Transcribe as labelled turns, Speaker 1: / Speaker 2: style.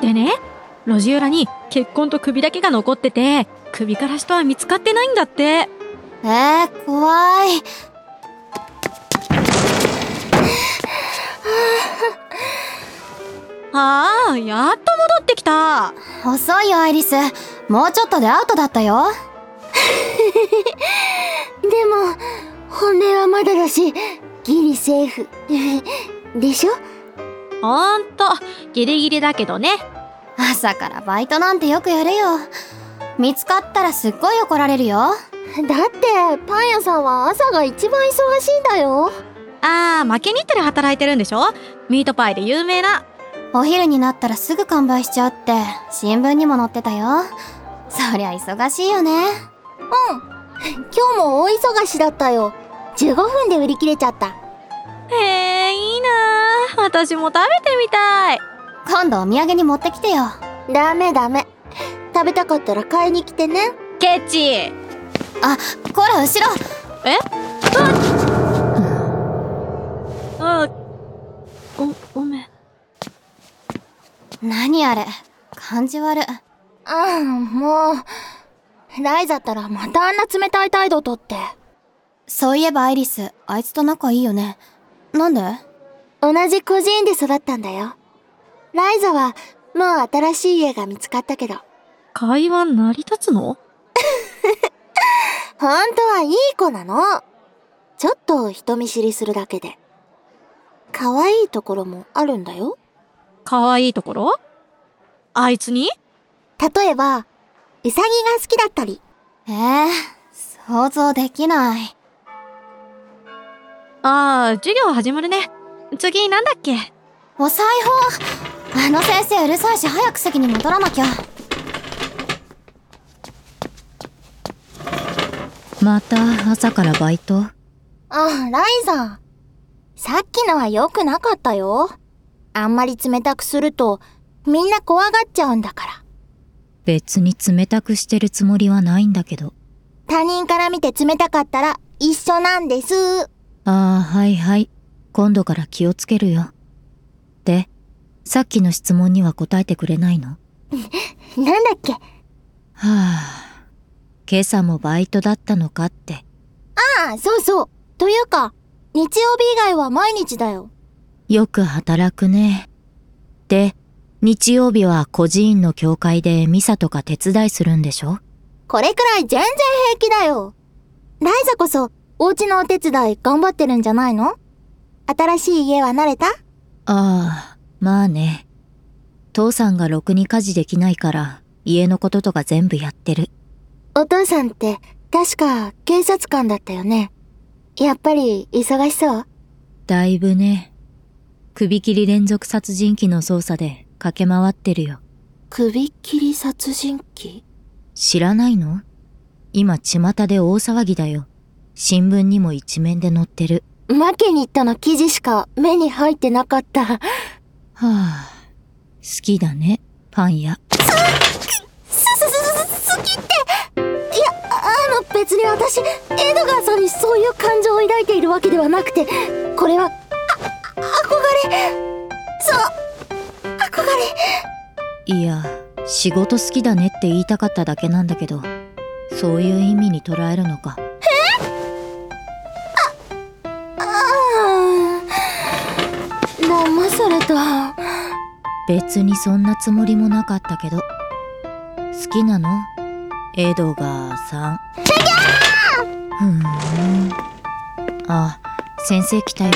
Speaker 1: でね、路地裏に血痕と首だけが残ってて、首から下は見つかってないんだって。
Speaker 2: えー、怖い。
Speaker 1: ああ、やっと戻ってきた。
Speaker 2: 遅いよ、アイリス。もうちょっとでアウトだったよ。
Speaker 3: でも、本音はまだだし、ギリセーフ。 でしょ
Speaker 1: ほんと、ギリギリだけどね。
Speaker 2: 朝からバイトなんてよくやるよ。見つかったらすっごい怒られるよ。
Speaker 3: だって、パン屋さんは朝が一番忙しいんだよ。
Speaker 1: ああ、負けにってで働いてるんでしょミートパイで有名な。
Speaker 2: お昼になったらすぐ完売しちゃうって、新聞にも載ってたよ。そりゃ忙しいよね。
Speaker 3: 今日も大忙しだったよ。15分で売り切れちゃった。
Speaker 1: へえ、いいなー私も食べてみたい。
Speaker 2: 今度お土産に持ってきてよ。
Speaker 3: ダメダメ。食べたかったら買いに来てね。
Speaker 1: ケチ。
Speaker 2: あ、こら、後ろ
Speaker 1: えああごごめん
Speaker 2: 何あれ。感じ悪。
Speaker 3: ああ、もう。ライザったらまたあんな冷たい態度とって。
Speaker 2: そういえばアイリス、あいつと仲いいよね。なんで
Speaker 3: 同じ孤児院で育ったんだよ。ライザは、もう新しい家が見つかったけど、
Speaker 1: 会話成り立つの
Speaker 3: 本当はいい子なの。ちょっと人見知りするだけで。可愛いところもあるんだよ。
Speaker 1: 可愛いところあいつに
Speaker 3: 例えば、ウサギが好きだったり。
Speaker 2: ええ想像できない。
Speaker 1: ああ、授業始まるね。次なんだっけ
Speaker 2: お裁縫あの先生うるさいし早く席に戻らなきゃ。
Speaker 4: また朝からバイト
Speaker 3: ああ、ライザ。さっきのは良くなかったよ。あんまり冷たくすると、みんな怖がっちゃうんだから。
Speaker 4: 別に冷たくしてるつもりはないんだけど。
Speaker 3: 他人から見て冷たかったら一緒なんです。
Speaker 4: ああ、はいはい。今度から気をつけるよ。で、さっきの質問には答えてくれないのは
Speaker 3: なんだっけ
Speaker 4: あ、今朝もバイトだったのかって。
Speaker 3: ああ、そうそう。というか、日曜日以外は毎日だよ。
Speaker 4: よく働くね。で、日曜日は孤児院の教会でミサとか手伝いするんでしょ
Speaker 3: これくらい全然平気だよ。ライザこそ、お家のお手伝い頑張ってるんじゃないの新しい家は慣れた
Speaker 4: ああ、まあね。父さんがろくに家事できないから、家のこととか全部やってる。
Speaker 3: お父さんって、確か警察官だったよね。やっぱり忙しそう
Speaker 4: だいぶね。首切り連続殺人鬼の捜査で駆け回ってるよ。
Speaker 3: 首切り殺人鬼
Speaker 4: 知らないの今巷で大騒ぎだよ。新聞にも一面で載ってる。
Speaker 3: 負けに行ったの記事しか目に入ってなかった。
Speaker 4: はあ、好きだね、パン屋。
Speaker 3: す、す、す、す、好きって。いや、あの、別に私、エドガーさんにそういう感情を抱いているわけではなくて、これは、あ、憧れ。そう、憧れ。
Speaker 4: いや、仕事好きだねって言いたかっただけなんだけど、そういう意味に捉えるのか。
Speaker 3: あー騙された。
Speaker 4: 別にそんなつもりもなかったけど。好きなのエドガーさん。ふーん。あ、先生来たよ。